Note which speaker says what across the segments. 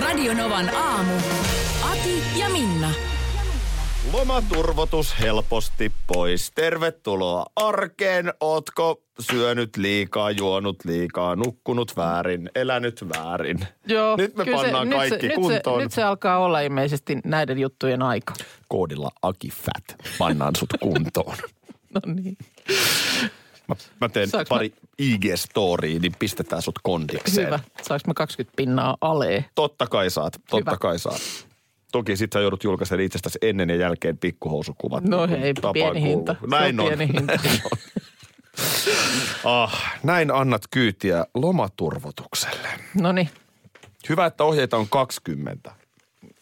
Speaker 1: Radionovan aamu. Ati ja Minna.
Speaker 2: Lomaturvotus helposti pois. Tervetuloa arkeen. Ootko syönyt liikaa, juonut liikaa, nukkunut väärin, elänyt väärin?
Speaker 3: Joo,
Speaker 2: nyt me
Speaker 3: kyllä
Speaker 2: pannaan
Speaker 3: se,
Speaker 2: kaikki
Speaker 3: nyt se,
Speaker 2: kuntoon.
Speaker 3: Nyt se, nyt se alkaa olla ilmeisesti näiden juttujen aika.
Speaker 2: Koodilla AKIFAT pannaan sut kuntoon.
Speaker 3: No niin.
Speaker 2: Mä, mä teen
Speaker 3: Saanko
Speaker 2: pari IG-storia, niin pistetään sut kondikseen.
Speaker 3: Hyvä. Saanko mä 20 pinnaa alee?
Speaker 2: Totta kai saat, totta
Speaker 3: Hyvä.
Speaker 2: kai saat. Toki sit sä joudut julkaisemaan itsestäsi ennen ja jälkeen pikkuhousukuvat.
Speaker 3: No
Speaker 2: niin kuin
Speaker 3: hei,
Speaker 2: tapaan
Speaker 3: pieni
Speaker 2: kuuluu.
Speaker 3: hinta. Se on
Speaker 2: Näin on.
Speaker 3: pieni hinta.
Speaker 2: Näin on. ah, näin annat kyytiä lomaturvotukselle.
Speaker 3: No niin.
Speaker 2: Hyvä, että ohjeita on 20.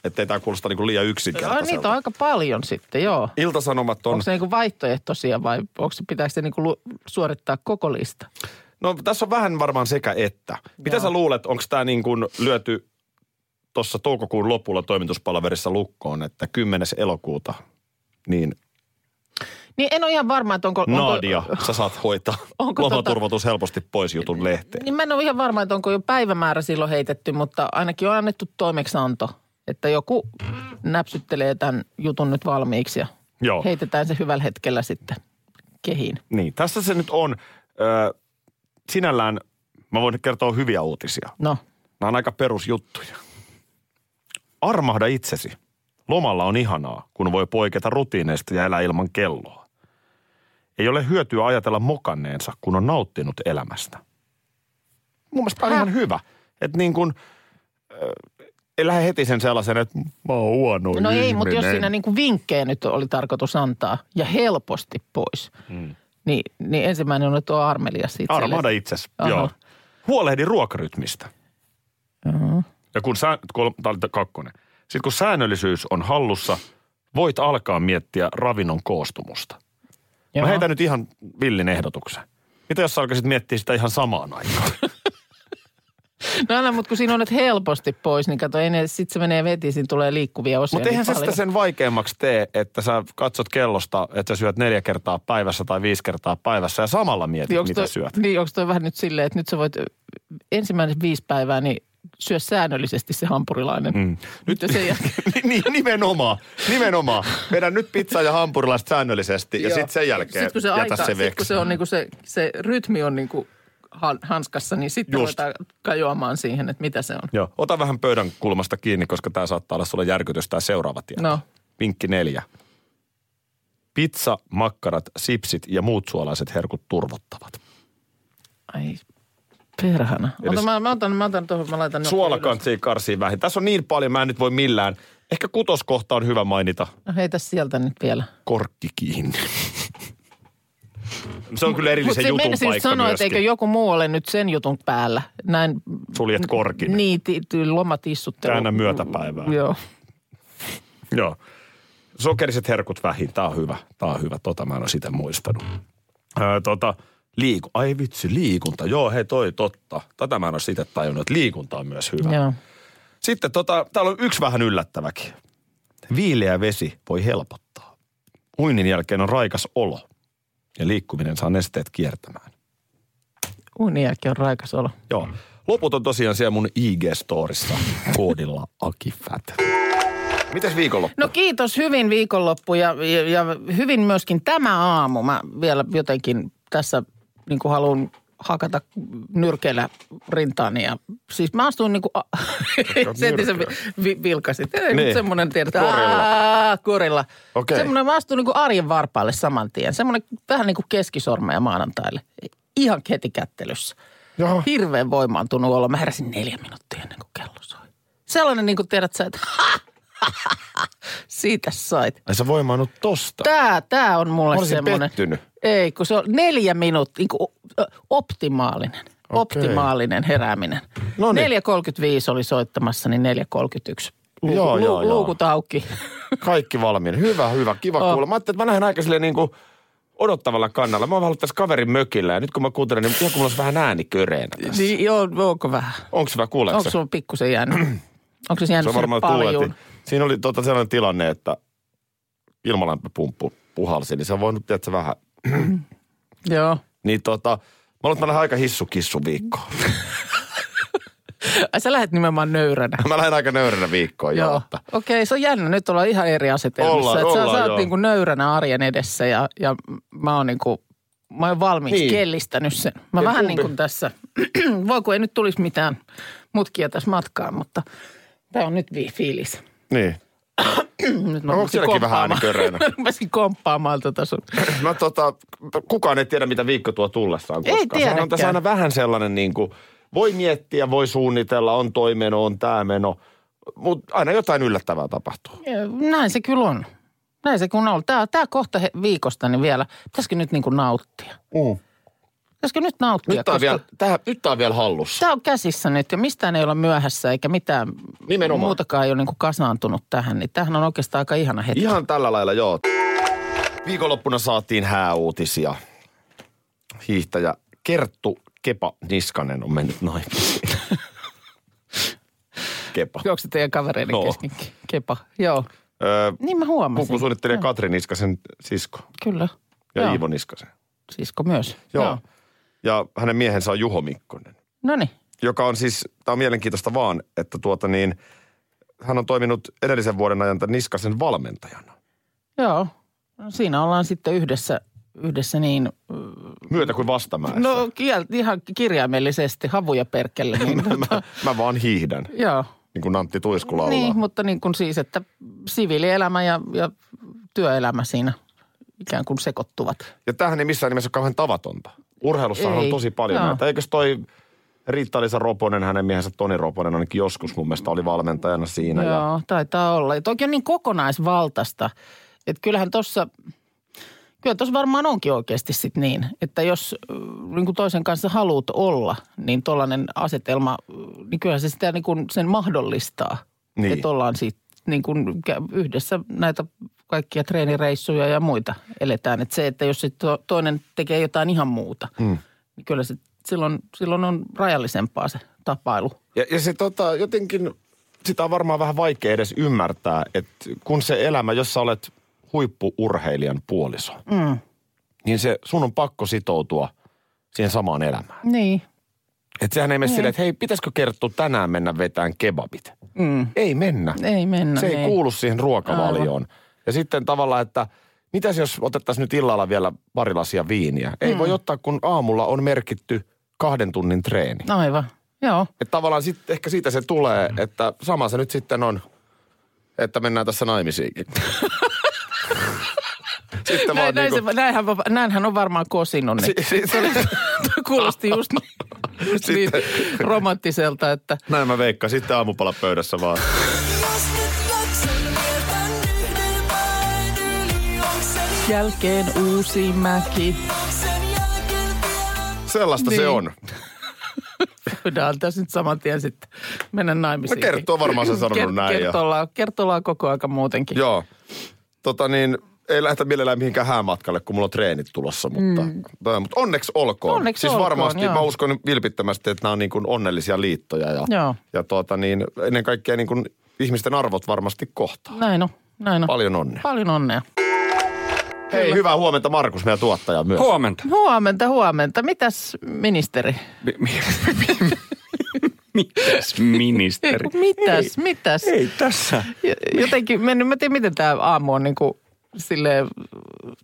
Speaker 2: Että ei tämä kuulosta niinku liian
Speaker 3: Ai, niitä
Speaker 2: yksinkertaiselta.
Speaker 3: on aika paljon sitten, joo.
Speaker 2: Iltasanomat on,
Speaker 3: Onko se niinku vaihtoehtoisia vai onko se, pitääkö se niinku lu- suorittaa koko lista?
Speaker 2: no tässä on vähän varmaan sekä että. Mitä
Speaker 3: Joo.
Speaker 2: sä luulet, onko tämä niin kuin lyöty tuossa toukokuun lopulla toimituspalaverissa lukkoon, että 10. elokuuta niin
Speaker 3: Niin en ole ihan varma, että onko...
Speaker 2: Nadia,
Speaker 3: onko,
Speaker 2: sä saat hoitaa
Speaker 3: Onko tota-
Speaker 2: lomaturvotus helposti pois jutun lehteen.
Speaker 3: Niin mä en ole ihan varma, että onko jo päivämäärä silloin heitetty, mutta ainakin on annettu toimeksianto, että joku näpsyttelee tämän jutun nyt valmiiksi ja
Speaker 2: Joo.
Speaker 3: heitetään se hyvällä hetkellä sitten kehiin.
Speaker 2: Niin, tässä se nyt on. Ö, sinällään mä voin kertoa hyviä uutisia.
Speaker 3: No,
Speaker 2: Nämä on aika perusjuttuja. Armahda itsesi. Lomalla on ihanaa, kun voi poiketa rutiineista ja elää ilman kelloa. Ei ole hyötyä ajatella mokanneensa, kun on nauttinut elämästä. Mun mielestä tämä on
Speaker 3: Häh?
Speaker 2: ihan hyvä. Että niin kuin, ei lähde heti sen sellaisen, että mä oon huono
Speaker 3: no ei, mutta jos
Speaker 2: ihminen.
Speaker 3: siinä niin kuin vinkkejä nyt oli tarkoitus antaa ja helposti pois, mm. niin, niin ensimmäinen on, että on armelias itsellesi.
Speaker 2: Armada itsesi,
Speaker 3: Aha.
Speaker 2: joo. Huolehdi ruokarytmistä.
Speaker 3: Joo.
Speaker 2: Ja kun sään, kol, tää oli kakkonen. Sitten kun säännöllisyys on hallussa, voit alkaa miettiä ravinnon koostumusta. Joo.
Speaker 3: Joo.
Speaker 2: Mä heitän nyt ihan villin ehdotuksen. Mitä jos sä alkaisit miettiä sitä ihan samaan aikaan?
Speaker 3: No älä, mutta kun siinä on, että helposti pois, niin kato, ei ne, sit se menee vetiin, siinä tulee liikkuvia osia.
Speaker 2: Mutta eihän
Speaker 3: niin
Speaker 2: se sitä
Speaker 3: paljon.
Speaker 2: sen vaikeammaksi tee, että sä katsot kellosta, että sä syöt neljä kertaa päivässä tai viisi kertaa päivässä ja samalla mietit,
Speaker 3: Niin
Speaker 2: niin
Speaker 3: onks
Speaker 2: mitä
Speaker 3: toi,
Speaker 2: syöt.
Speaker 3: Niin onko toi vähän nyt silleen, että nyt sä voit ö, ensimmäiset viisi päivää, niin syö säännöllisesti se hampurilainen. Mm. Nyt ja sen jälkeen.
Speaker 2: niin, nimenomaan, nimenomaan. Vedän nyt pizzaa ja hampurilaista säännöllisesti ja
Speaker 3: Joo.
Speaker 2: sitten sen jälkeen
Speaker 3: sit, kun se
Speaker 2: jätä
Speaker 3: aika,
Speaker 2: se
Speaker 3: sit, kun
Speaker 2: veksi.
Speaker 3: se, on niinku se, se rytmi on niinku han, hanskassa, niin sitten
Speaker 2: Just.
Speaker 3: ruvetaan kajoamaan siihen, että mitä se on.
Speaker 2: Joo. Ota vähän pöydän kulmasta kiinni, koska tämä saattaa olla sulle järkytys tämä seuraava tieto.
Speaker 3: No.
Speaker 2: Vinkki neljä. Pizza, makkarat, sipsit ja muut suolaiset herkut turvottavat.
Speaker 3: Ai perhana.
Speaker 2: Eli
Speaker 3: Ota,
Speaker 2: s-
Speaker 3: mä, mä otan, mä otan tuohon, mä laitan. nokka ylös.
Speaker 2: Suolakantsiin karsiin vähin. Tässä on niin paljon, mä en nyt voi millään. Ehkä kutoskohta on hyvä mainita.
Speaker 3: No heitä sieltä nyt vielä.
Speaker 2: Korkki kiinni. se on kyllä
Speaker 3: Mutta
Speaker 2: erillisen
Speaker 3: se
Speaker 2: jutun
Speaker 3: menisin
Speaker 2: paikka
Speaker 3: sanoa, että
Speaker 2: myöskin.
Speaker 3: eikö joku muu ole nyt sen jutun päällä. Näin
Speaker 2: Suljet korkin.
Speaker 3: Niin, ti- ti- lomatissuttelu.
Speaker 2: Käännä myötäpäivää.
Speaker 3: Joo.
Speaker 2: Joo. Sokeriset herkut vähin, tää on hyvä. Tää on hyvä, tota mä en ole sitä muistanut. Öö, tota, liiku. Ai vitsi, liikunta. Joo, hei toi totta. Tätä mä en ole sitä tajunnut, että liikunta on myös hyvä.
Speaker 3: Joo.
Speaker 2: Sitten tota, täällä on yksi vähän yllättäväkin. Viileä vesi voi helpottaa. Uinnin jälkeen on raikas olo ja liikkuminen saa nesteet kiertämään.
Speaker 3: Unin jälkeen on raikas olo.
Speaker 2: Joo. Loput on tosiaan siellä mun IG-storissa koodilla AKIFAT. Mites viikonloppu?
Speaker 3: No kiitos, hyvin viikonloppu ja, ja, ja hyvin myöskin tämä aamu. Mä vielä jotenkin tässä niin kuin haluan hakata nyrkeillä rintaani. Ja, siis mä astuin niin kuin... A- Sen sä vi, vi, vilkasit. Ei,
Speaker 2: Niin.
Speaker 3: niin. semmoinen tiedät.
Speaker 2: Korilla.
Speaker 3: Aa, Korilla.
Speaker 2: Okei.
Speaker 3: Semmoinen, mä astuin niin kuin arjen varpaalle saman tien. Semmoinen vähän niin kuin keskisormeja maanantaille. Ihan heti kättelyssä.
Speaker 2: Joo.
Speaker 3: Hirveän voimaantunut olo. Mä heräsin neljä minuuttia ennen kuin kello soi. Sellainen niin kuin tiedät sä, että siitä sait.
Speaker 2: Ai sä voimaanut tosta.
Speaker 3: Tää, tää on mulle
Speaker 2: Mä olisin
Speaker 3: semmoinen.
Speaker 2: pettynyt.
Speaker 3: Ei, kun se on neljä minuuttia, niin kuin optimaalinen.
Speaker 2: Okei.
Speaker 3: optimaalinen herääminen.
Speaker 2: No niin.
Speaker 3: 4.35 oli soittamassa, niin 4.31. Lu-
Speaker 2: Joo,
Speaker 3: lu-
Speaker 2: joo, joo.
Speaker 3: Luukut auki.
Speaker 2: Kaikki valmiina. Hyvä, hyvä, kiva
Speaker 3: Oh.
Speaker 2: oh. kuulla. Mä ajattelin, että mä lähden aika silleen niin kuin odottavalla kannalla. Mä oon ollut tässä kaverin mökillä ja nyt kun mä kuuntelen, niin ihan kun mulla olisi vähän ääni köreenä tässä.
Speaker 3: Niin, joo, onko vähän?
Speaker 2: Onko hyvä, kuuleeko
Speaker 3: Onko
Speaker 2: se?
Speaker 3: sulla pikkusen jäänyt? Onko se
Speaker 2: Se
Speaker 3: jäänyt
Speaker 2: on
Speaker 3: sinne
Speaker 2: varmaan tuuletin.
Speaker 3: paljon?
Speaker 2: Siinä oli tota sellainen tilanne, että ilmalämpöpumppu puhalsi, niin se on voinut, tiedätkö, vähän.
Speaker 3: Joo.
Speaker 2: Niin tota, mä luulen, että mä lähden aika hissukissu viikkoon.
Speaker 3: Ai sä lähet nimenomaan nöyränä.
Speaker 2: mä lähden aika nöyränä viikkoon, joo.
Speaker 3: Joo.
Speaker 2: että-
Speaker 3: Okei, se on jännä. Nyt ollaan ihan eri asetelmissa.
Speaker 2: Ollaan,
Speaker 3: Et sä,
Speaker 2: ollaan,
Speaker 3: sä oot
Speaker 2: joo.
Speaker 3: niinku nöyränä arjen edessä ja, ja mä oon niinku, mä oon valmiiksi
Speaker 2: Niin.
Speaker 3: niin. kellistänyt sen. Mä
Speaker 2: Ja
Speaker 3: vähän
Speaker 2: kumpi-
Speaker 3: niin kuin tässä, voi kun ei nyt tulisi mitään mutkia tässä matkaan, mutta tää on nyt vi- fiilis.
Speaker 2: Niin.
Speaker 3: Nyt
Speaker 2: No,
Speaker 3: mä
Speaker 2: onko
Speaker 3: rupesin
Speaker 2: sielläkin vähän
Speaker 3: komppaamaan.
Speaker 2: ääniköreenä?
Speaker 3: Mä rupesin komppaamaan tota sun.
Speaker 2: Mä tota, kukaan ei tiedä, mitä viikko tuo tullessaan
Speaker 3: Ei
Speaker 2: koskaan. Sehän on
Speaker 3: tiedäkään.
Speaker 2: tässä aina vähän sellainen niin kuin, voi miettiä, voi suunnitella, on toimeno, on tämä meno, mutta aina jotain yllättävää tapahtuu.
Speaker 3: Näin se kyllä on. Näin se kun on. Tää, tää kohta he- viikosta niin vielä, pitäisikö nyt niinku nauttia?
Speaker 2: Mm.
Speaker 3: Pitäisikö nyt nauttia?
Speaker 2: Nyt, tää on vielä, tää, nyt tää on vielä hallussa.
Speaker 3: Tämä on käsissä nyt ja mistään ei olla myöhässä eikä mitään
Speaker 2: Nimenomaan.
Speaker 3: muutakaan ei ole niin kasaantunut tähän. Niin tämähän on oikeastaan aika ihana hetki.
Speaker 2: Ihan tällä lailla, joo. Viikonloppuna saatiin hääuutisia. Hiihtäjä Kerttu Kepa Niskanen on mennyt naimisiin. Kepa.
Speaker 3: Onko se teidän kavereiden
Speaker 2: No.
Speaker 3: no. kesken? Kepa, joo.
Speaker 2: Öö,
Speaker 3: Niin mä huomasin.
Speaker 2: Pukun suunnittelija Katri Niskasen sisko
Speaker 3: Kyllä.
Speaker 2: ja
Speaker 3: joo.
Speaker 2: Iivo Niskasen.
Speaker 3: Sisko myös.
Speaker 2: Joo. Ja hänen miehensä on Juho Mikkonen,
Speaker 3: No niin.
Speaker 2: joka on siis, tämä on mielenkiintoista vaan, että tuota niin, hän on toiminut edellisen vuoden ajan tämän Niskasen valmentajana.
Speaker 3: Joo. No, siinä ollaan sitten yhdessä, yhdessä niin,
Speaker 2: Myötä kuin vastamäessä.
Speaker 3: no kiel, ihan kirjaimellisesti, havuja perkele. Niin,
Speaker 2: mä, mä vaan hiihdän,
Speaker 3: joo.
Speaker 2: niin kuin Antti Tuisku laulaa.
Speaker 3: Niin, mutta niin kuin siis, että siviilielämä ja, ja työelämä siinä ikään kuin sekoittuvat.
Speaker 2: Ja tämähän ei missään nimessä ole kauhean tavatonta. Urheilussahan
Speaker 3: Ei.
Speaker 2: on tosi paljon
Speaker 3: Joo.
Speaker 2: näitä. Eikös toi Riitta-Liisa Roponen, hänen miehensä Toni Roponen ainakin joskus mun mielestä oli valmentajana siinä. Ja
Speaker 3: Joo, taitaa olla. Ja Toki on niin kokonaisvaltaista, että kyllähän tuossa, kyllä tuossa varmaan onkin oikeasti sit niin, että jos äh, niin kuin toisen kanssa haluat olla, niin tuollainen asetelma, äh, niin kyllähän se sitä niin kuin sen mahdollistaa.
Speaker 2: Niin.
Speaker 3: Että ollaan sit niin kuin kä- yhdessä näitä kaikkia treenireissuja ja muita eletään. Että se, että jos sit to- toinen tekee jotain ihan muuta, mm. niin kyllä se silloin, silloin on rajallisempaa se tapailu.
Speaker 2: ja, ja se tota, jotenkin, sitä on varmaan vähän vaikea edes ymmärtää, että kun se elämä, jos sä olet huippuurheilijan puoliso, mm. niin se sun on pakko sitoutua siihen samaan elämään.
Speaker 3: Niin.
Speaker 2: Että sehän ei mene silleen, että hei, pitäisikö Kerttu tänään mennä vetään kebabit?
Speaker 3: Mm.
Speaker 2: Ei mennä.
Speaker 3: Ei mennä.
Speaker 2: se ei
Speaker 3: niin.
Speaker 2: kuulu siihen ruokavalioon. Ja sitten tavallaan, että mitäs jos otettaisiin nyt illalla vielä pari lasia viiniä? Ei
Speaker 3: Mm.
Speaker 2: voi ottaa, kun aamulla on merkitty kahden tunnin treeni. No.
Speaker 3: Aivan, joo.
Speaker 2: Että tavallaan sit, ehkä siitä se tulee, että sama se nyt sitten on, että mennään tässä naimisiinkin. sitten
Speaker 3: Näin,
Speaker 2: vaan
Speaker 3: näin
Speaker 2: niinku,
Speaker 3: se, näinhän, va- näinhän on varmaan kosin onni.
Speaker 2: si- si-
Speaker 3: Kuulosti just niin, just niin romanttiselta, että
Speaker 2: näin mä veikkaan, sitten aamupala pöydässä vaan.
Speaker 4: Jos nyt jaksan vielä tän yhden päin yli, onks sen
Speaker 3: jälkeen uusi mäki.
Speaker 4: jaksen jälkeen vielä
Speaker 2: Sellaista niin. se
Speaker 3: Niin.
Speaker 2: on.
Speaker 3: Voidaan tässä nyt saman tien sitten mennä naimisiin.
Speaker 2: No Kerttu on varmaan sen sanonut näin ja-
Speaker 3: Kertollaan, kertollaan koko aika muutenkin.
Speaker 2: Joo. Tota niin, ei lähdetä mielellään mihinkään häämatkalle, kun mulla on treenit tulossa, mutta, mm. mutta onneksi olkoon.
Speaker 3: Onneksi
Speaker 2: siis
Speaker 3: olkoon,
Speaker 2: varmasti
Speaker 3: joo.
Speaker 2: mä uskon vilpittömästi, että nämä on niin kuin onnellisia liittoja ja,
Speaker 3: Joo.
Speaker 2: ja tuota niin, ennen kaikkea niin kuin ihmisten arvot varmasti kohtaa.
Speaker 3: Näin on, näin on.
Speaker 2: Paljon onnea.
Speaker 3: Paljon onnea.
Speaker 2: Hei, hyvää huomenta Markus, meidän tuottaja myös.
Speaker 5: Huomenta.
Speaker 3: Huomenta, huomenta. Mitäs ministeri?
Speaker 5: Mi- mi- mitäs ministeri?
Speaker 3: Mitäs, mitäs?
Speaker 5: Ei tässä.
Speaker 2: Niin.
Speaker 3: jotenkin mennyt, mä en tiedä miten tämä aamu on niin kuin, silleen,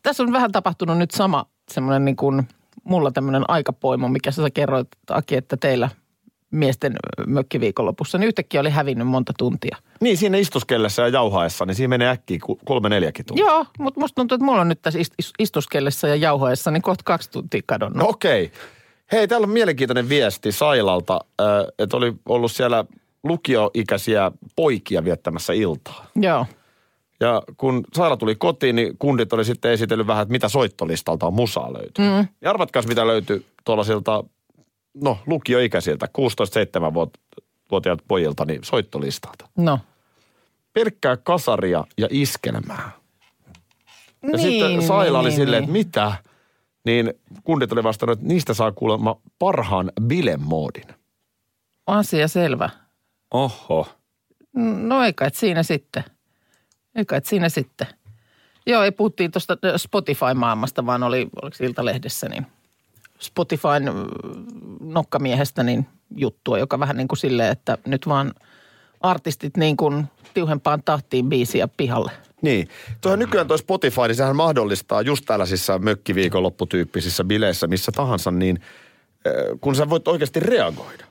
Speaker 3: tässä on vähän tapahtunut nyt sama semmoinen niin kuin, mulla tämmöinen aikapoimu, mikä sä kerroit Aki, että teillä miesten mökkiviikonlopussa, niin yhtäkkiä oli hävinnyt monta tuntia.
Speaker 2: Niin, siinä istuskellessa ja jauhaessa, niin siinä menee äkkiä ku- kolme neljäkin tuntia.
Speaker 3: Joo, mutta musta tuntuu, että mulla on nyt tässä ist- is- istuskellessa ja jauhoessa niin kohta kaksi tuntia kadonnut.
Speaker 2: No okei. Hei, täällä on mielenkiintoinen viesti Sailalta, äh, että oli ollut siellä lukioikäisiä poikia viettämässä iltaa.
Speaker 3: Joo,
Speaker 2: Ja kun Saila tuli kotiin, niin kundit oli sitten esitellyt vähän, että mitä soittolistalta on musaa löytynyt. Mm. Ja arvatkaas, mitä löytyi tuollaisilta no lukioikäisiltä, 16-7-vuotiaat pojilta, niin soittolistalta.
Speaker 3: No.
Speaker 2: Pelkkää kasaria ja iskelmää. Ja
Speaker 3: niin,
Speaker 2: sitten Saila oli silleen, että mitä? Niin kundit oli vastannut, että niistä saa kuulemma parhaan bilemoodin.
Speaker 3: Asia selvä.
Speaker 5: Oho.
Speaker 3: No ei kai siinä sitten. Ei kai siinä sitten. Joo, ei puhuttiin tuosta äh, Spotify-maailmasta, vaan oli, oliko se Iltalehdessä, niin Spotifyn ö, nokkamiehestä niin juttua, joka vähän niin kuin silleen, että nyt vaan artistit niin kuin tiuhempaan tahtiin biisiä pihalle.
Speaker 2: Niin. Tuohon nykyään toi Spotify, niin sehän mahdollistaa just tällaisissa mökkiviikonlopputyyppisissä bileissä, missä tahansa, niin ö, kun sä voit oikeasti reagoida.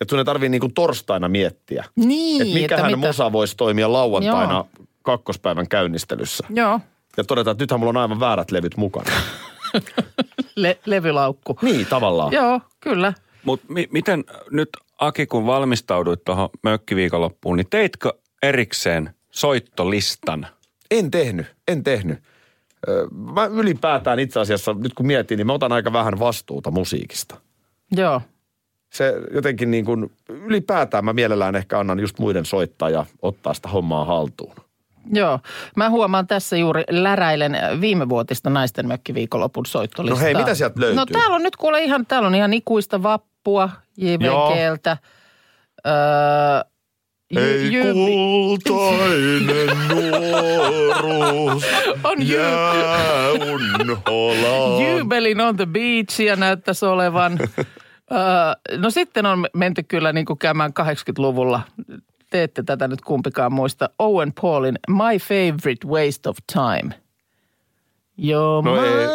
Speaker 2: Että sun ei tarvii niinku torstaina miettiä,
Speaker 3: Niin,
Speaker 2: että mikähän
Speaker 3: mitä-
Speaker 2: musa voisi toimia lauantaina
Speaker 3: Joo.
Speaker 2: kakkospäivän käynnistelyssä.
Speaker 3: Joo,
Speaker 2: Ja todeta, että nythän mulla on aivan väärät levyt mukana.
Speaker 3: Le- levylaukku.
Speaker 2: niin, tavallaan.
Speaker 3: Joo, kyllä.
Speaker 5: Mutta mi- miten nyt Aki, kun valmistauduit tuohon mökkiviikonloppuun, niin teitkö erikseen soittolistan?
Speaker 2: En tehnyt, en tehnyt. Ö, Mä ylipäätään itse asiassa, nyt kun mietin, niin mä otan aika vähän vastuuta musiikista.
Speaker 3: Joo.
Speaker 2: se jotenkin niin kuin ylipäätään mä mielellään ehkä annan just muiden soittaa ja ottaa sitä hommaa haltuun.
Speaker 3: Joo. Mä huomaan tässä juuri läräilen viime vuotista naisten mökkiviikonlopun soittolistaa.
Speaker 2: No hei, mitä sieltä löytyy?
Speaker 3: No täällä on nyt kuule ihan, täällä on ihan ikuista vappua JVGltä. Öö, Jy- Jy-
Speaker 2: kultainen nuoruus
Speaker 3: on Jy-
Speaker 2: unholaan.
Speaker 3: Jubelin on the beachia näyttäisi olevan. Öö, no sitten on menty kyllä niin kuin käymään 80-luvulla. Te ette tätä nyt kumpikaan muista. Owen Paulin My Favorite Waste of Time. You're
Speaker 2: No ei.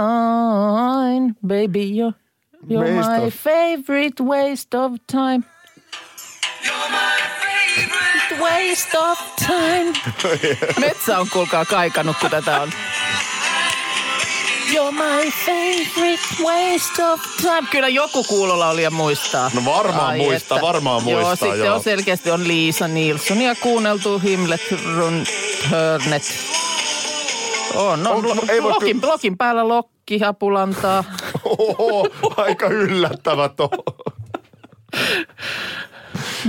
Speaker 3: mine, baby, you're, you're
Speaker 2: Waste
Speaker 3: my
Speaker 2: of-
Speaker 3: favorite waste of time. Waste of time. Metsä on kuulkaa kaikannut, kun tätä on. You're my favorite waste of time. Kyllä joku kuulolla oli ja muistaa.
Speaker 2: No varmaan muistaa, varmaan
Speaker 3: Joo,
Speaker 2: muistaa,
Speaker 3: sitten
Speaker 2: joo.
Speaker 3: on selkeästi on Liisa Nilssonia kuunneltu, Himlet, Run, Hörnet. On, on,
Speaker 2: On- no,
Speaker 3: on
Speaker 2: ei voi
Speaker 3: blokin, blokin päällä lokki, hapulantaa.
Speaker 2: Oho, aika yllättävä to.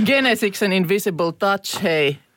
Speaker 3: Genesiksen Invisible Touch, hei.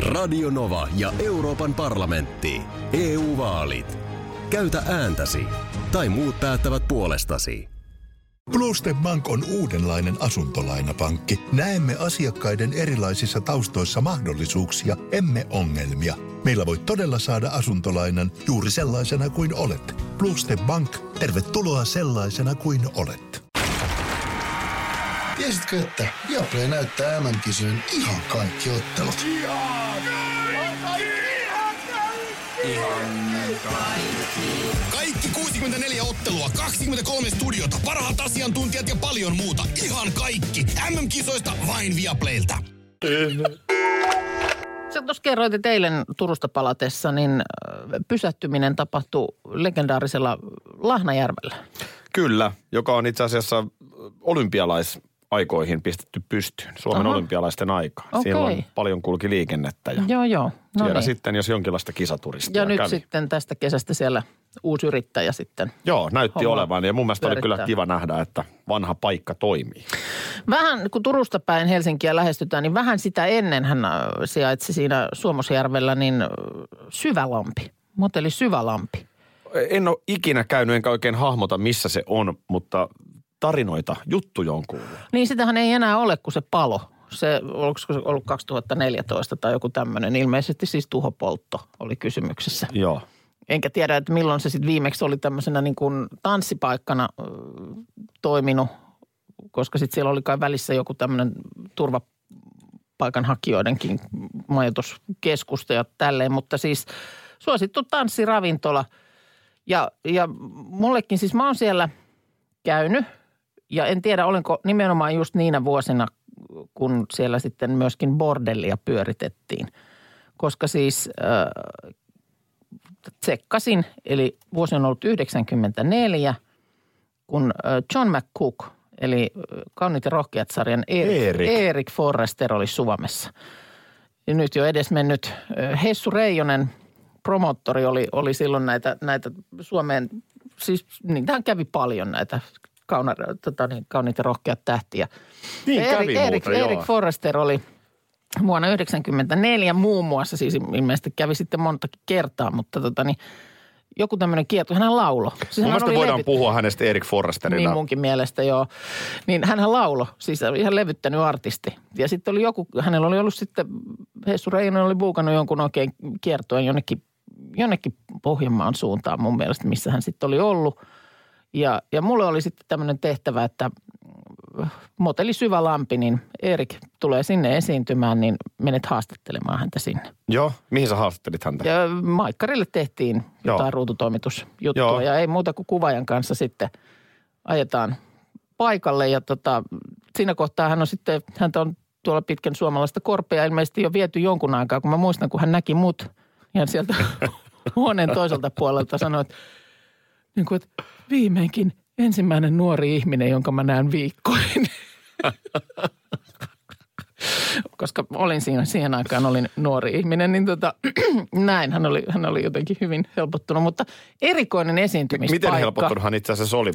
Speaker 6: Radio Nova ja Euroopan parlamentti. EU-vaalit. Käytä ääntäsi. Tai muut päättävät puolestasi.
Speaker 7: Bluestep Bank on uudenlainen asuntolainapankki. Näemme asiakkaiden erilaisissa taustoissa mahdollisuuksia, emme ongelmia. Meillä voi todella saada asuntolainan juuri sellaisena kuin olet. Bluestep Bank, tervetuloa sellaisena kuin olet. Tiesitkö, että Viaplay näyttää MM-kisojen ihan kaikki ottelut?
Speaker 8: Kaikki 64 ottelua, 23 studiota, parhaat asiantuntijat ja paljon muuta. Ihan kaikki. MM-kisoista vain Viaplaylta.
Speaker 3: Sä tuossa kerroit, että eilen Turusta palatessa, niin äh, pysähtyminen tapahtui legendaarisella Lahnajärvellä.
Speaker 2: Kyllä, joka on itse asiassa olympialaisaikoihin pistetty pystyyn, Suomen
Speaker 3: Aha.
Speaker 2: olympialaisten aikaan.
Speaker 3: Okei.
Speaker 2: Silloin paljon kulki liikennettä ja
Speaker 3: Joo, joo. No
Speaker 2: siellä
Speaker 3: niin.
Speaker 2: sitten, jos jonkinlaista kisaturistia
Speaker 3: ja nyt
Speaker 2: kävi.
Speaker 3: sitten tästä kesästä siellä uusi yrittäjä sitten.
Speaker 2: Joo, näytti
Speaker 3: homma
Speaker 2: olevan ja mun mielestä oli kyllä
Speaker 3: pyörittää.
Speaker 2: kiva nähdä, että vanha paikka toimii.
Speaker 3: Vähän, kun Turusta päin Helsinkiä lähestytään, niin vähän sitä ennen hän äh, sijaitsi siinä Suomosjärvellä niin äh, Syvälampi, motelli Syvälampi.
Speaker 2: En ole ikinä käynyt enkä oikein hahmota, missä se on, mutta tarinoita, juttuja on kuullut.
Speaker 3: Niin sitähän ei enää ole, kun se palo. Se, oliko se ollut 2014 tai joku tämmöinen, ilmeisesti siis tuhopoltto oli kysymyksessä.
Speaker 2: Joo.
Speaker 3: Enkä tiedä, että milloin se sitten viimeksi oli tämmöisenä niin kuin tanssipaikkana ö, toiminut, koska sitten siellä oli kai välissä joku tämmöinen turvapaikanhakijoidenkin majoituskeskusta ja tälleen, mutta siis suosittu tanssiravintola. Ja, ja mullekin siis mä oon siellä käynyt Ja en tiedä, olenko nimenomaan just niinä vuosina, kun siellä sitten myöskin bordellia pyöritettiin. Koska siis äh, tsekkasin, eli vuosi on ollut 94, kun äh, John McCook, eli äh, Kaunit ja rohkeat sarjan Erik,
Speaker 2: Erik.
Speaker 3: Erik. Erik Forrester oli Suomessa. Ja nyt jo edesmennyt äh, Hessu Reijonen, promottori, oli, oli silloin näitä, näitä Suomeen, siis niitähän kävi paljon näitä kauna, tota, niin, kaunit ja rohkeat tähtiä.
Speaker 2: Niin
Speaker 3: Erik,
Speaker 2: kävi
Speaker 3: Erik,
Speaker 2: muuten, joo.
Speaker 3: Erik Forrester oli vuonna 1994 muun muassa, siis ilmeisesti kävi sitten montakin kertaa, mutta tota, niin, joku tämmöinen kierto, hän lauloi. Siis
Speaker 2: Mun
Speaker 3: hän
Speaker 2: mielestä
Speaker 3: oli
Speaker 2: No voidaan
Speaker 3: levi-
Speaker 2: puhua hänestä Erik Forresterina.
Speaker 3: niin munkin mielestä, joo. Niin hänhän laulo, siis ihan levyttänyt artisti. Ja sitten oli joku, hänellä oli ollut sitten, Hessu Reinonen oli buukannut jonkun oikein kiertoen jonnekin, jonnekin Pohjanmaan suuntaan mun mielestä, missä hän sitten oli ollut. Ja, ja mulle oli sitten tämmöinen tehtävä, että motelli syvä lampi, niin Erik tulee sinne esiintymään, niin menet haastattelemaan häntä sinne.
Speaker 2: Joo, mihin sä haastattelit häntä?
Speaker 3: Ja Maikkarille tehtiin
Speaker 2: Joo.
Speaker 3: jotain ruututoimitusjuttua
Speaker 2: Joo.
Speaker 3: ja ei muuta kuin kuvaajan kanssa sitten ajetaan paikalle. Ja tota, siinä kohtaa hän on sitten, häntä on tuolla pitkän suomalaista korpea ilmeisesti jo viety jonkun aikaa, kun mä muistan, kun hän näki mut ihan sieltä huoneen toiselta puolelta sanoi, että, niin kuin, että viimeinkin ensimmäinen nuori ihminen, jonka mä näen viikkoin. Koska olin siinä, siihen aikaan olin nuori ihminen, niin tota, näin hän oli, hän oli jotenkin hyvin helpottunut, mutta erikoinen esiintymispaikka
Speaker 2: Miten helpottunut hän itse asiassa oli?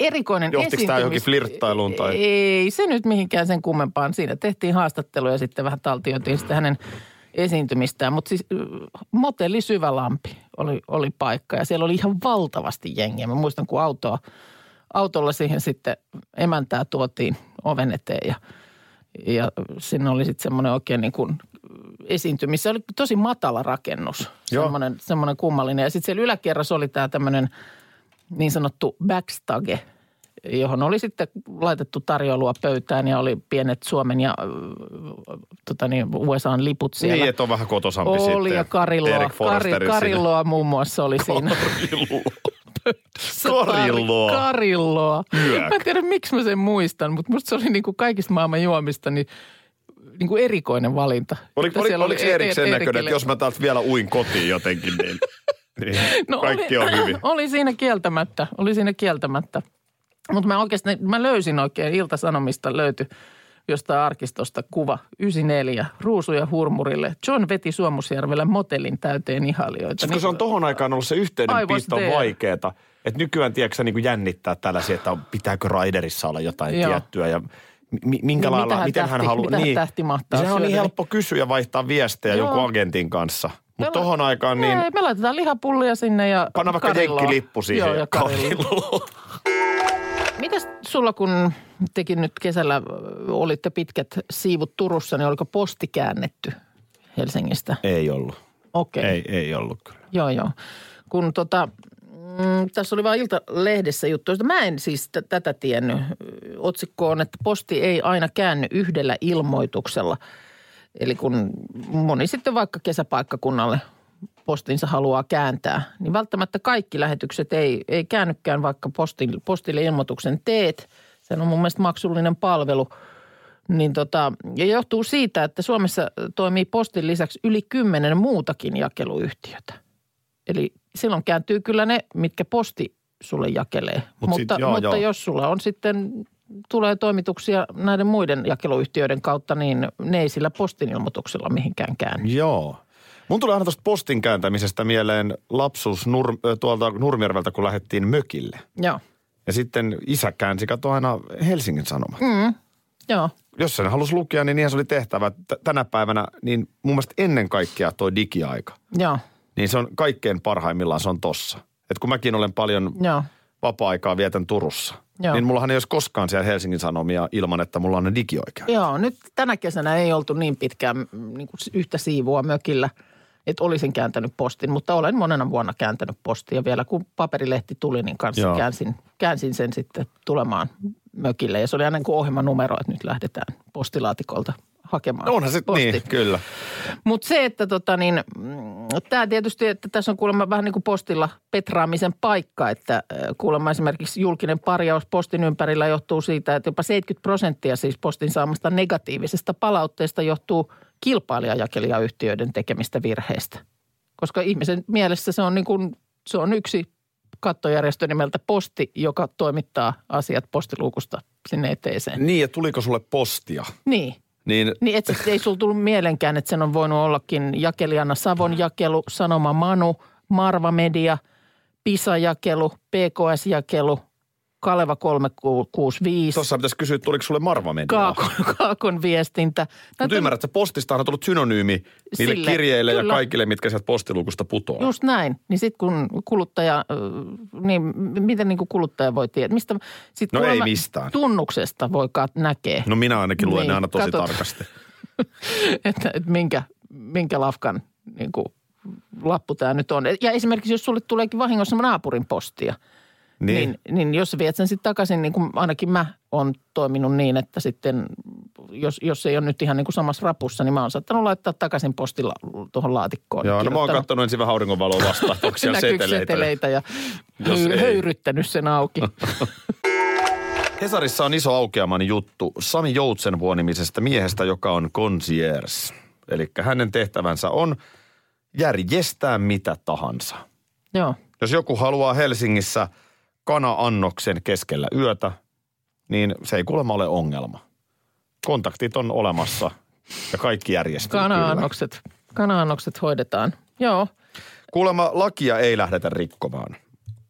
Speaker 3: erikoinen
Speaker 2: Johtiko tämä johonkin
Speaker 3: esiintymis-
Speaker 2: flirttailuun tai-
Speaker 3: Ei se nyt mihinkään sen kummempaan. Siinä tehtiin haastattelu ja sitten vähän taltioitiin sitä hänen esiintymistään. Mutta siis äh, motelli Syvälampi oli, oli paikka ja siellä oli ihan valtavasti jengiä. Mä muistan, kun autoa, autolla siihen sitten emäntää tuotiin oven eteen ja, ja sinne oli sitten semmoinen oikein niin kuin esiintymis. Se oli tosi matala rakennus, semmoinen, semmoinen kummallinen. Ja sitten siellä yläkerrassa oli tämä tämmöinen – niin sanottu backstage, johon oli sitten laitettu tarjoilua pöytään ja oli pienet Suomen ja äh, tota niin, USAn liput siellä.
Speaker 2: Niin, että on vähän kotosampi
Speaker 3: oli
Speaker 2: sitten.
Speaker 3: ja Karilloa.
Speaker 2: Erik Forresterin
Speaker 3: Kari,
Speaker 2: siinä.
Speaker 3: Karilloa muun muassa oli siinä. Se
Speaker 2: Karilloa.
Speaker 3: Kari- Karilloa.
Speaker 2: Yök.
Speaker 3: Mä en tiedä, miksi mä sen muistan, mutta musta se oli niin kuin kaikista maailman juomista niin, niin kuin erikoinen valinta.
Speaker 2: Oliko,
Speaker 3: Että
Speaker 2: oli,
Speaker 3: siellä
Speaker 2: oliko
Speaker 3: E- E-
Speaker 2: Erik sen näköinen,
Speaker 3: Erikille-
Speaker 2: että jos mä täältä vielä uin kotiin jotenkin, niin, niin no, kaikki
Speaker 3: oli,
Speaker 2: on hyvin.
Speaker 3: Oli siinä kieltämättä, oli siinä kieltämättä. Mutta mä oikeasti, mä löysin oikein, Ilta-Sanomista löytyi jostain arkistosta kuva 94, Ruusuja hurmurille. John veti Suomusjärvellä motelin täyteen ihailijoita.
Speaker 2: Sitten Siis kun se on
Speaker 3: Niin-
Speaker 2: tohon aikaan ollut se yhteinen
Speaker 3: I was
Speaker 2: piitto on
Speaker 3: there.
Speaker 2: vaikeeta. Että nykyään, tiedätkö sä, niin kuin jännittää tällaisia, että pitääkö raiderissa olla jotain
Speaker 3: Joo.
Speaker 2: tiettyä ja mi- minkä
Speaker 3: Niin, mitä
Speaker 2: lailla,
Speaker 3: hän
Speaker 2: miten hän
Speaker 3: tähti-
Speaker 2: haluaa.
Speaker 3: mitä hän tähti mahtaa
Speaker 2: Sehän on niin
Speaker 3: syödä,
Speaker 2: helppo kysyä ja vaihtaa viestejä
Speaker 3: Joo.
Speaker 2: jonkun agentin kanssa.
Speaker 3: Me la-
Speaker 2: Mutta tohon aikaan niin
Speaker 3: Ei, me laitetaan lihapullia sinne ja
Speaker 2: panna vaikka
Speaker 3: karilloa.
Speaker 2: jenkkilippu siihen.
Speaker 3: Joo, ja karilloa.
Speaker 2: karilloa.
Speaker 3: Mitäs sulla, kun tekin nyt kesällä ö, olitte pitkät siivut Turussa, niin oliko posti käännetty Helsingistä?
Speaker 2: Ei ollut.
Speaker 3: Okei.
Speaker 2: Ei, ei ollut kyllä.
Speaker 3: Joo, joo. Kun tota, mm, tässä oli vain Iltalehdessä juttu, josta mä en siis t- tätä tiennyt. Otsikko on, että posti ei aina käänny yhdellä ilmoituksella. Eli kun moni sitten vaikka kesäpaikkakunnalle postinsa haluaa kääntää, niin välttämättä kaikki lähetykset ei, ei käännykään, vaikka postin, postille ilmoituksen teet. Sehän on mun mielestä maksullinen palvelu. Niin tota, ja johtuu siitä, että Suomessa toimii postin lisäksi yli kymmenen muutakin jakeluyhtiötä. Eli silloin kääntyy kyllä ne, mitkä posti sulle jakelee.
Speaker 2: Mut sit-
Speaker 3: mutta
Speaker 2: joo,
Speaker 3: mutta
Speaker 2: joo.
Speaker 3: jos sulla on sitten, tulee toimituksia näiden muiden jakeluyhtiöiden kautta, niin ne ei sillä postin ilmoituksella mihinkään käänny.
Speaker 2: Joo. Mun tuli aina tuosta postin kääntämisestä mieleen lapsuus nur, tuolta Nurmijärveltä, kun lähdettiin mökille.
Speaker 3: Joo,
Speaker 2: Ja sitten isä käänsi kato aina Helsingin Sanomat. Mm.
Speaker 3: joo.
Speaker 2: Jos sen halusi lukea, niin niinhän se oli tehtävä. T- tänä päivänä, niin mun mielestä ennen kaikkea toi digiaika,
Speaker 3: Joo,
Speaker 2: niin se on kaikkein parhaimmillaan, se on tossa. Et kun mäkin olen paljon
Speaker 3: joo.
Speaker 2: vapaa-aikaa vietän Turussa,
Speaker 3: Joo.
Speaker 2: niin mullahan ei olisi koskaan siellä Helsingin Sanomia ilman, että mulla on ne digioikeudet.
Speaker 3: Joo, nyt tänä kesänä ei oltu niin pitkään mm, niin kuin yhtä siivua mökillä, että olisin kääntänyt postin, mutta olen monena vuonna kääntänyt postia. Vielä kun paperilehti tuli, niin kanssa
Speaker 2: Joo.
Speaker 3: käänsin, käänsin sen sitten tulemaan mökille. Ja se oli aina niin kuin ohjelmanumero, että nyt lähdetään postilaatikolta hakemaan.
Speaker 2: No onhan se
Speaker 3: posti.
Speaker 2: niin, kyllä.
Speaker 3: Mutta se, että tota niin, tämä tietysti, että tässä on kuulemma vähän niin kuin postilla petraamisen paikka, että ö, kuulemma esimerkiksi julkinen parjaus postin ympärillä johtuu siitä, että jopa 70 prosenttia siis postin saamasta negatiivisesta palautteesta johtuu kilpailijajakelijayhtiöiden tekemistä virheistä. Koska ihmisen mielessä se on, niin kuin, se on yksi kattojärjestö nimeltä Posti, joka toimittaa asiat postiluukusta sinne eteiseen.
Speaker 2: Niin, ja tuliko sulle postia?
Speaker 3: Niin.
Speaker 2: Niin,
Speaker 3: Niin et sit, ei sulla tullut mielenkään, että sen on voinut ollakin jakelijana Savon jakelu, Sanoma Manu, Marva Media, Pisa-jakelu, PKS-jakelu, Kaleva 365,
Speaker 2: tuossa Siis pitäisi kysyä, että tuliko sulle marvamediaa.
Speaker 3: Kaakon, Kaakon viestintä. No
Speaker 2: Mutta ymmärrät, että postistahan on tullut synonyymi niille
Speaker 3: Sille,
Speaker 2: kirjeille
Speaker 3: kyllä.
Speaker 2: ja kaikille, mitkä sieltä postilukusta putoaa.
Speaker 3: Just näin. Niin sitten kun kuluttaja, ö, niin m- miten niin kuin kuluttaja voi tietää? Mistä, sit
Speaker 2: No ei
Speaker 3: kuulemma
Speaker 2: mistään.
Speaker 3: Tunnuksesta voi kat- näkee,
Speaker 2: No minä ainakin luen
Speaker 3: Niin,
Speaker 2: ne aina tosi
Speaker 3: katot.
Speaker 2: tarkasti.
Speaker 3: että, että minkä, minkä lafkan niin kuin, lappu tämä nyt on. Ja esimerkiksi jos sulle tuleekin vahingossa naapurin postia,
Speaker 2: Niin.
Speaker 3: niin, niin jos sä viet sen sitten takaisin, niin kuin ainakin mä on toiminut niin, että sitten jos, jos ei ole nyt ihan niin kuin samassa rapussa, niin mä oon saattanut laittaa takaisin postilla tuohon laatikkoon.
Speaker 2: Joo, no mä oon
Speaker 3: Kirjoittanut-
Speaker 2: katsonut ensin vähän auringonvaloa vastaan, että onko siellä
Speaker 3: Näkyykö
Speaker 2: seteleitä.
Speaker 3: seteleitä ja
Speaker 2: Jos
Speaker 3: höy-
Speaker 2: ei.
Speaker 3: höyryttänyt sen auki.
Speaker 2: Hesarissa on iso aukeaman juttu Sami Joutsenvuonimisestä miehestä, joka on concierge. Eli hänen tehtävänsä on järjestää mitä tahansa.
Speaker 3: Joo,
Speaker 2: Jos joku haluaa Helsingissä kana-annoksen keskellä yötä, niin se ei kuulemma ole ongelma. Kontaktit on olemassa ja kaikki järjestyy. kyllä.
Speaker 3: kana-annokset, kana-annokset hoidetaan. Joo,
Speaker 2: Kuulemma lakia ei lähdetä rikkomaan.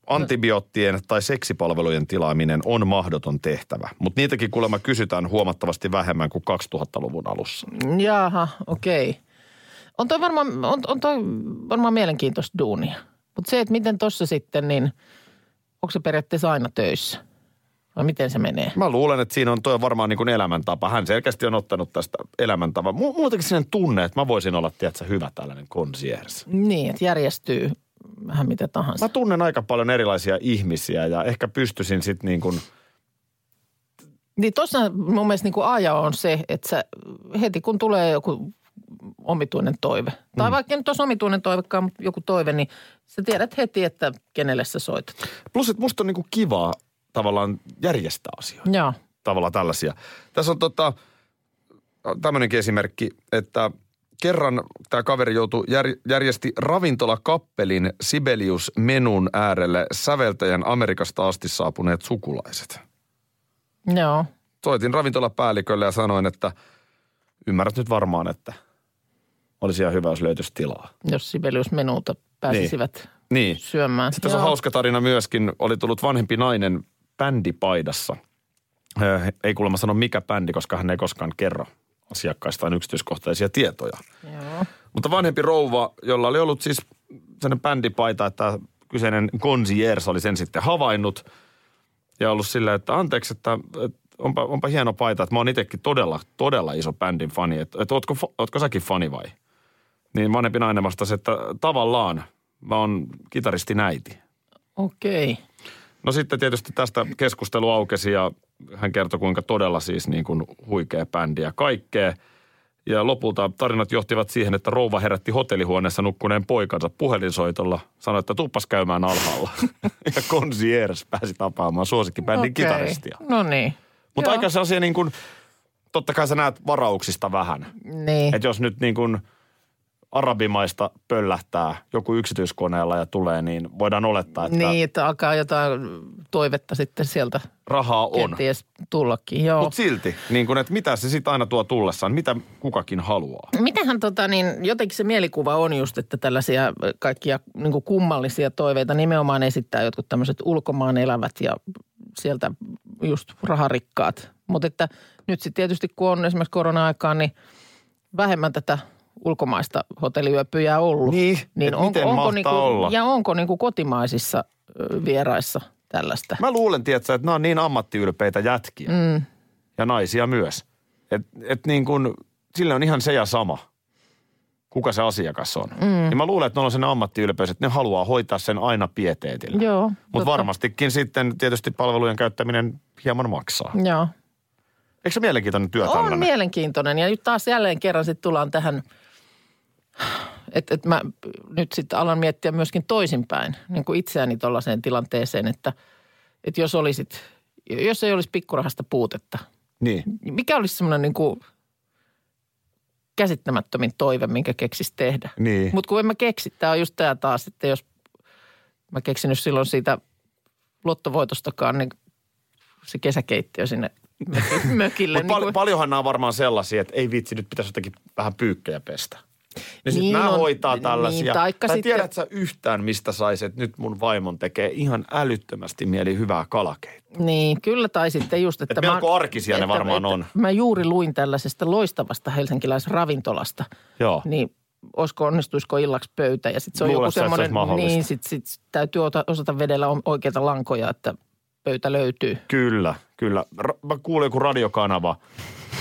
Speaker 2: Antibioottien tai seksipalvelujen tilaaminen on mahdoton tehtävä, mutta niitäkin kuulemma kysytään huomattavasti vähemmän kuin 2000-luvun alussa.
Speaker 3: jaha, okei. On toi varmaan, on, on toi varmaan mielenkiintoista duunia. Mutta se, että miten tossa sitten, niin onko se periaatteessa aina töissä? Vai miten se menee?
Speaker 2: Mä luulen, että siinä on toi varmaan niin kuin elämäntapa. Hän selkeästi on ottanut tästä elämäntavan. Mu- muutenkin sellainen tunne, että mä voisin olla, tiedätkö, hyvä tällainen concierge.
Speaker 3: Niin, että järjestyy vähän mitä tahansa.
Speaker 2: Mä tunnen aika paljon erilaisia ihmisiä ja ehkä pystyisin sitten niin kuin,
Speaker 3: Niin tuossa mun mielestä niin kuin aja on se, että sä heti kun tulee joku omituinen toive, tai
Speaker 2: Mm.
Speaker 3: vaikka nyt olisi omituinen toivekaan, mutta joku toive, niin sä tiedät heti, että kenelle sä soitat.
Speaker 2: plus että musta on niin kuin kivaa tavallaan järjestää asioita.
Speaker 3: Joo,
Speaker 2: tavalla tällaisia. Tässä on tota, tämmöinenkin esimerkki, että kerran tämä kaveri joutui jär, järjesti ravintolakappelin Sibelius menun äärelle säveltäjän Amerikasta asti saapuneet sukulaiset.
Speaker 3: joo.
Speaker 2: Soitin ravintolapäällikölle ja sanoin, että ymmärrät nyt varmaan, että olisi ihan hyvä, jos löytyisi tilaa.
Speaker 3: Jos Sibelius menulta pääsisivät
Speaker 2: Niin.
Speaker 3: niin. syömään.
Speaker 2: Sitten tässä on
Speaker 3: Joo.
Speaker 2: hauska tarina myöskin. Oli tullut vanhempi nainen bändipaidassa. Öö, Ei kuulemma sano mikä bändi, koska hän ei koskaan kerro asiakkaistaan yksityiskohtaisia tietoja.
Speaker 3: Joo.
Speaker 2: Mutta vanhempi rouva, jolla oli ollut siis sellainen bändipaita, että tämä kyseinen concierge oli sen sitten havainnut ja ollut silleen, että anteeksi, että, että onpa, onpa hieno paita, että mä oon itsekin todella, todella iso bändin fani, että, että ootko, fa- ootko säkin fani vai? Niin vanhempi nainen vastasi, että tavallaan mä oon kitaristin äiti.
Speaker 3: Okei.
Speaker 2: No sitten tietysti tästä keskustelu aukesi ja hän kertoi kuinka todella siis niin kuin huikea bändi ja kaikkea. Ja lopulta tarinat johtivat siihen, että rouva herätti hotellihuoneessa nukkuneen poikansa puhelinsoitolla. Sanoi, että tuppas käymään alhaalla. ja concierge pääsi tapaamaan suosikkibändin okay.
Speaker 3: Okei.
Speaker 2: kitaristia.
Speaker 3: No niin.
Speaker 2: Mutta
Speaker 3: Joo.
Speaker 2: aika sellaisia niin kuin, totta kai sä näet varauksista vähän.
Speaker 3: Niin.
Speaker 2: Että jos nyt niin kuin arabimaista pöllähtää joku yksityiskoneella ja tulee, niin voidaan olettaa, että
Speaker 3: Niin,
Speaker 2: niin.
Speaker 3: että alkaa jotain toivetta sitten sieltä
Speaker 2: rahaa on.
Speaker 3: kenties tullakin. Joo.
Speaker 2: Mutta silti, niin kun, että mitä se sitten aina tuo tullessaan, mitä kukakin haluaa.
Speaker 3: Mitähän tota, niin jotenkin se mielikuva on just, että tällaisia kaikkia niin kuin kummallisia toiveita nimenomaan esittää jotkut tämmöiset ulkomaan elävät ja sieltä just raharikkaat. Mutta että nyt sitten tietysti kun on esimerkiksi korona-aikaan, niin vähemmän tätä ulkomaista hotelliyöpyjää ollut.
Speaker 2: Niin, et miten mahtaa
Speaker 3: niinku,
Speaker 2: olla?
Speaker 3: Ja onko niinku kotimaisissa ö, vieraissa tällaista?
Speaker 2: Mä luulen, tietsä, että nämä on niin ammattiylpeitä jätkiä mm. ja naisia myös. Että et niin kun, sille on ihan se ja sama, kuka se asiakas on. Mm. Niin mä luulen, että ne on sen ammattiylpeys, että ne haluaa hoitaa sen aina pieteetillä.
Speaker 3: Joo, Tota-
Speaker 2: Mutta
Speaker 3: totta.
Speaker 2: varmastikin sitten tietysti palvelujen käyttäminen hieman maksaa.
Speaker 3: Joo.
Speaker 2: Eikö se mielenkiintoinen työ
Speaker 3: On
Speaker 2: tämmöinen?
Speaker 3: mielenkiintoinen ja nyt taas jälleen kerran sitten tullaan tähän, että et mä nyt sitten alan miettiä myöskin toisinpäin niin kuin itseäni tuollaiseen tilanteeseen, että et jos olisit, jos ei olisi pikkurahasta puutetta,
Speaker 2: niin.
Speaker 3: niin mikä olisi semmoinen niin kuin käsittämättömin toive, minkä keksis tehdä?
Speaker 2: Niin.
Speaker 3: Mutta kun en mä keksi, tämä on just tämä taas, että jos mä keksin nyt silloin siitä lottovoitostakaan, niin se kesäkeittiö sinne möki- mökille.
Speaker 2: Mutta pal-
Speaker 3: niin kuin-
Speaker 2: paljonhan nämä on varmaan sellaisia, että ei vitsi, nyt pitäisi jotenkin vähän pyykkejä pestä. Ja sitten
Speaker 3: Niin
Speaker 2: nämä
Speaker 3: on.
Speaker 2: hoitaa tällaisia.
Speaker 3: Niin, taikka
Speaker 2: tai
Speaker 3: sitten-
Speaker 2: tiedät sä yhtään, mistä saisi, että nyt mun vaimon tekee ihan älyttömästi mieli hyvää kalakeittoa.
Speaker 3: Niin, kyllä tai sitten just, että...
Speaker 2: Et melko arkisia ne varmaan on.
Speaker 3: Mä juuri luin tällaisesta loistavasta helsinkiläisravintolasta.
Speaker 2: Joo.
Speaker 3: Niin, olisiko onnistuisiko illaksi pöytä ja sitten se on
Speaker 2: Luuletko
Speaker 3: joku
Speaker 2: sä, että se olisi
Speaker 3: semmoinen...
Speaker 2: mahdollista?
Speaker 3: Niin, sitten sit täytyy ota, osata vedellä om- oikeita lankoja, että pöytä löytyy.
Speaker 2: Kyllä, kyllä. Ra- mä kuulin joku radiokanava,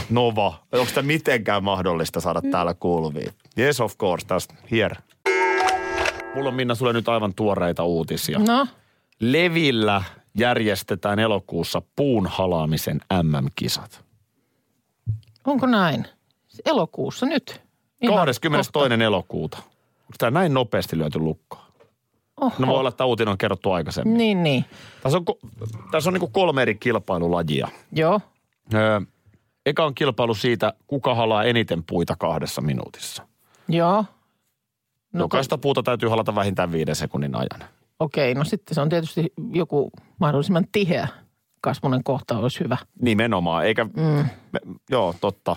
Speaker 2: Nova. Onko tämä mitenkään mahdollista saada
Speaker 3: Mm.
Speaker 2: täällä kuuluviin? Yes, of course, tästä here. Mulla on Minna sulle nyt aivan tuoreita uutisia.
Speaker 3: No,
Speaker 2: Levillä järjestetään elokuussa puun halaamisen MM-kisat.
Speaker 3: onko näin? Elokuussa nyt. Ihan
Speaker 2: 22.
Speaker 3: kohta.
Speaker 2: elokuuta. Onko tämä näin nopeasti lyöty lukkoon?
Speaker 3: Oho.
Speaker 2: No voi olla, että tämä uutinen on kerrottu aikaisemmin.
Speaker 3: Niin, niin.
Speaker 2: Tässä on, ko- tässä on niin kolme eri kilpailulajia.
Speaker 3: Joo.
Speaker 2: Öö, eka on kilpailu siitä, kuka halaa eniten puita kahdessa minuutissa.
Speaker 3: Joo.
Speaker 2: No, Jokaista puuta täytyy halata vähintään viiden sekunnin ajan.
Speaker 3: Okei, no sitten se on tietysti joku mahdollisimman tiheä kasvunen kohta olisi hyvä.
Speaker 2: Nimenomaan, eikä... Mm. Me, joo, totta.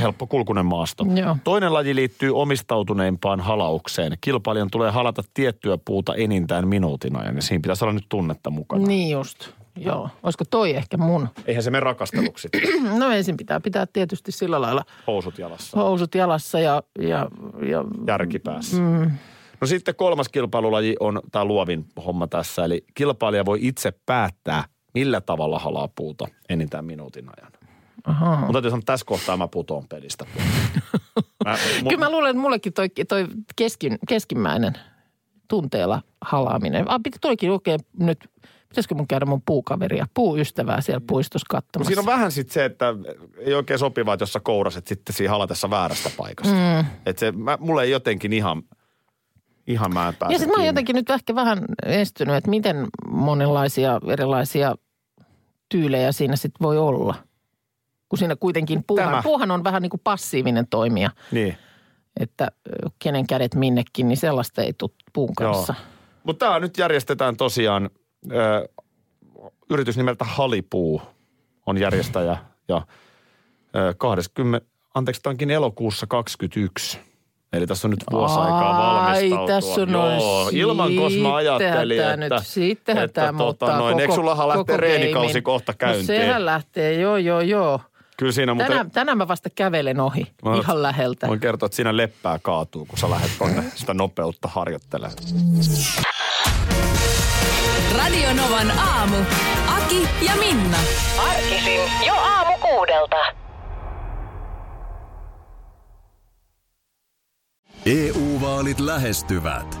Speaker 2: Helppo kulkunen maasto.
Speaker 3: Joo.
Speaker 2: Toinen laji liittyy omistautuneimpaan halaukseen. Kilpailijan tulee halata tiettyä puuta enintään minuutin ajan, ja siinä pitäisi olla nyt tunnetta mukana.
Speaker 3: Niin just, joo. Olisiko toi ehkä mun?
Speaker 2: Eihän se mene rakasteluksi
Speaker 3: No ensin pitää pitää tietysti sillä lailla
Speaker 2: housut jalassa,
Speaker 3: housut jalassa ja, ja, ja
Speaker 2: järki päässä. Mm. No sitten kolmas kilpailulaji on tämä luovin homma tässä, eli kilpailija voi itse päättää, millä tavalla halaa puuta enintään minuutin ajan. Aha. Mutta täytyy sanoa, että tässä kohtaa mä putoon pelistä. Mä, mun,
Speaker 3: kyllä mä luulen, että mullekin toi, toi keskin, keskimmäinen tunteella halaaminen. Ah, piti toikin oikein nyt, pitäisikö mun käydä mun puukaveria, puuystävää siellä puistossa
Speaker 2: No
Speaker 3: katsomassa.
Speaker 2: Siinä on vähän sitten se, että ei oikein sopivaa, että jos sä kouraset sitten siinä halatessa väärästä paikasta. Mm. Että se, mä, mulle ei jotenkin ihan, ihan mä en pääse
Speaker 3: Ja sitten mä oon
Speaker 2: kiinni.
Speaker 3: jotenkin nyt ehkä vähän estynyt, että miten monenlaisia erilaisia tyylejä siinä sitten voi olla. Kun siinä kuitenkin
Speaker 2: Tämä.
Speaker 3: puuhan, puuhan on vähän niin kuin passiivinen toimija,
Speaker 2: Niin,
Speaker 3: että ö, kenen kädet minnekin, niin sellaista ei tule puun kanssa.
Speaker 2: joo. Mutta tämä nyt järjestetään tosiaan, ö, yritys nimeltä Halipuu on järjestäjä ja ö, 20, anteiksi, tämä onkin elokuussa 21. Eli tässä on nyt vuosi aikaa
Speaker 3: Ai,
Speaker 2: valmistautua.
Speaker 3: tässä on- no
Speaker 2: Joo, ilman koska mä
Speaker 3: sittenhän
Speaker 2: ajattelin,
Speaker 3: tää
Speaker 2: että,
Speaker 3: nyt- sittenhän
Speaker 2: että
Speaker 3: tää
Speaker 2: tota,
Speaker 3: muuttaa
Speaker 2: noin, eikö
Speaker 3: koko-
Speaker 2: sullahan lähtee
Speaker 3: koko
Speaker 2: reenikausi
Speaker 3: gamein?
Speaker 2: kohta
Speaker 3: No
Speaker 2: käyntiin?
Speaker 3: sehän lähtee, joo, joo, joo.
Speaker 2: Kyllä siinä muuten...
Speaker 3: Tänään, tänään mä vasta kävelen ohi,
Speaker 2: Mä oon-
Speaker 3: ihan läheltä.
Speaker 2: Voin kertoa, että siinä leppää kaatuu, kun sä lähdet tonne sitä nopeutta harjoittelemaan.
Speaker 1: Radio Novan aamu. Aki ja Minna.
Speaker 4: Arkisin jo aamu kuudelta.
Speaker 6: EU-vaalit E lähestyvät.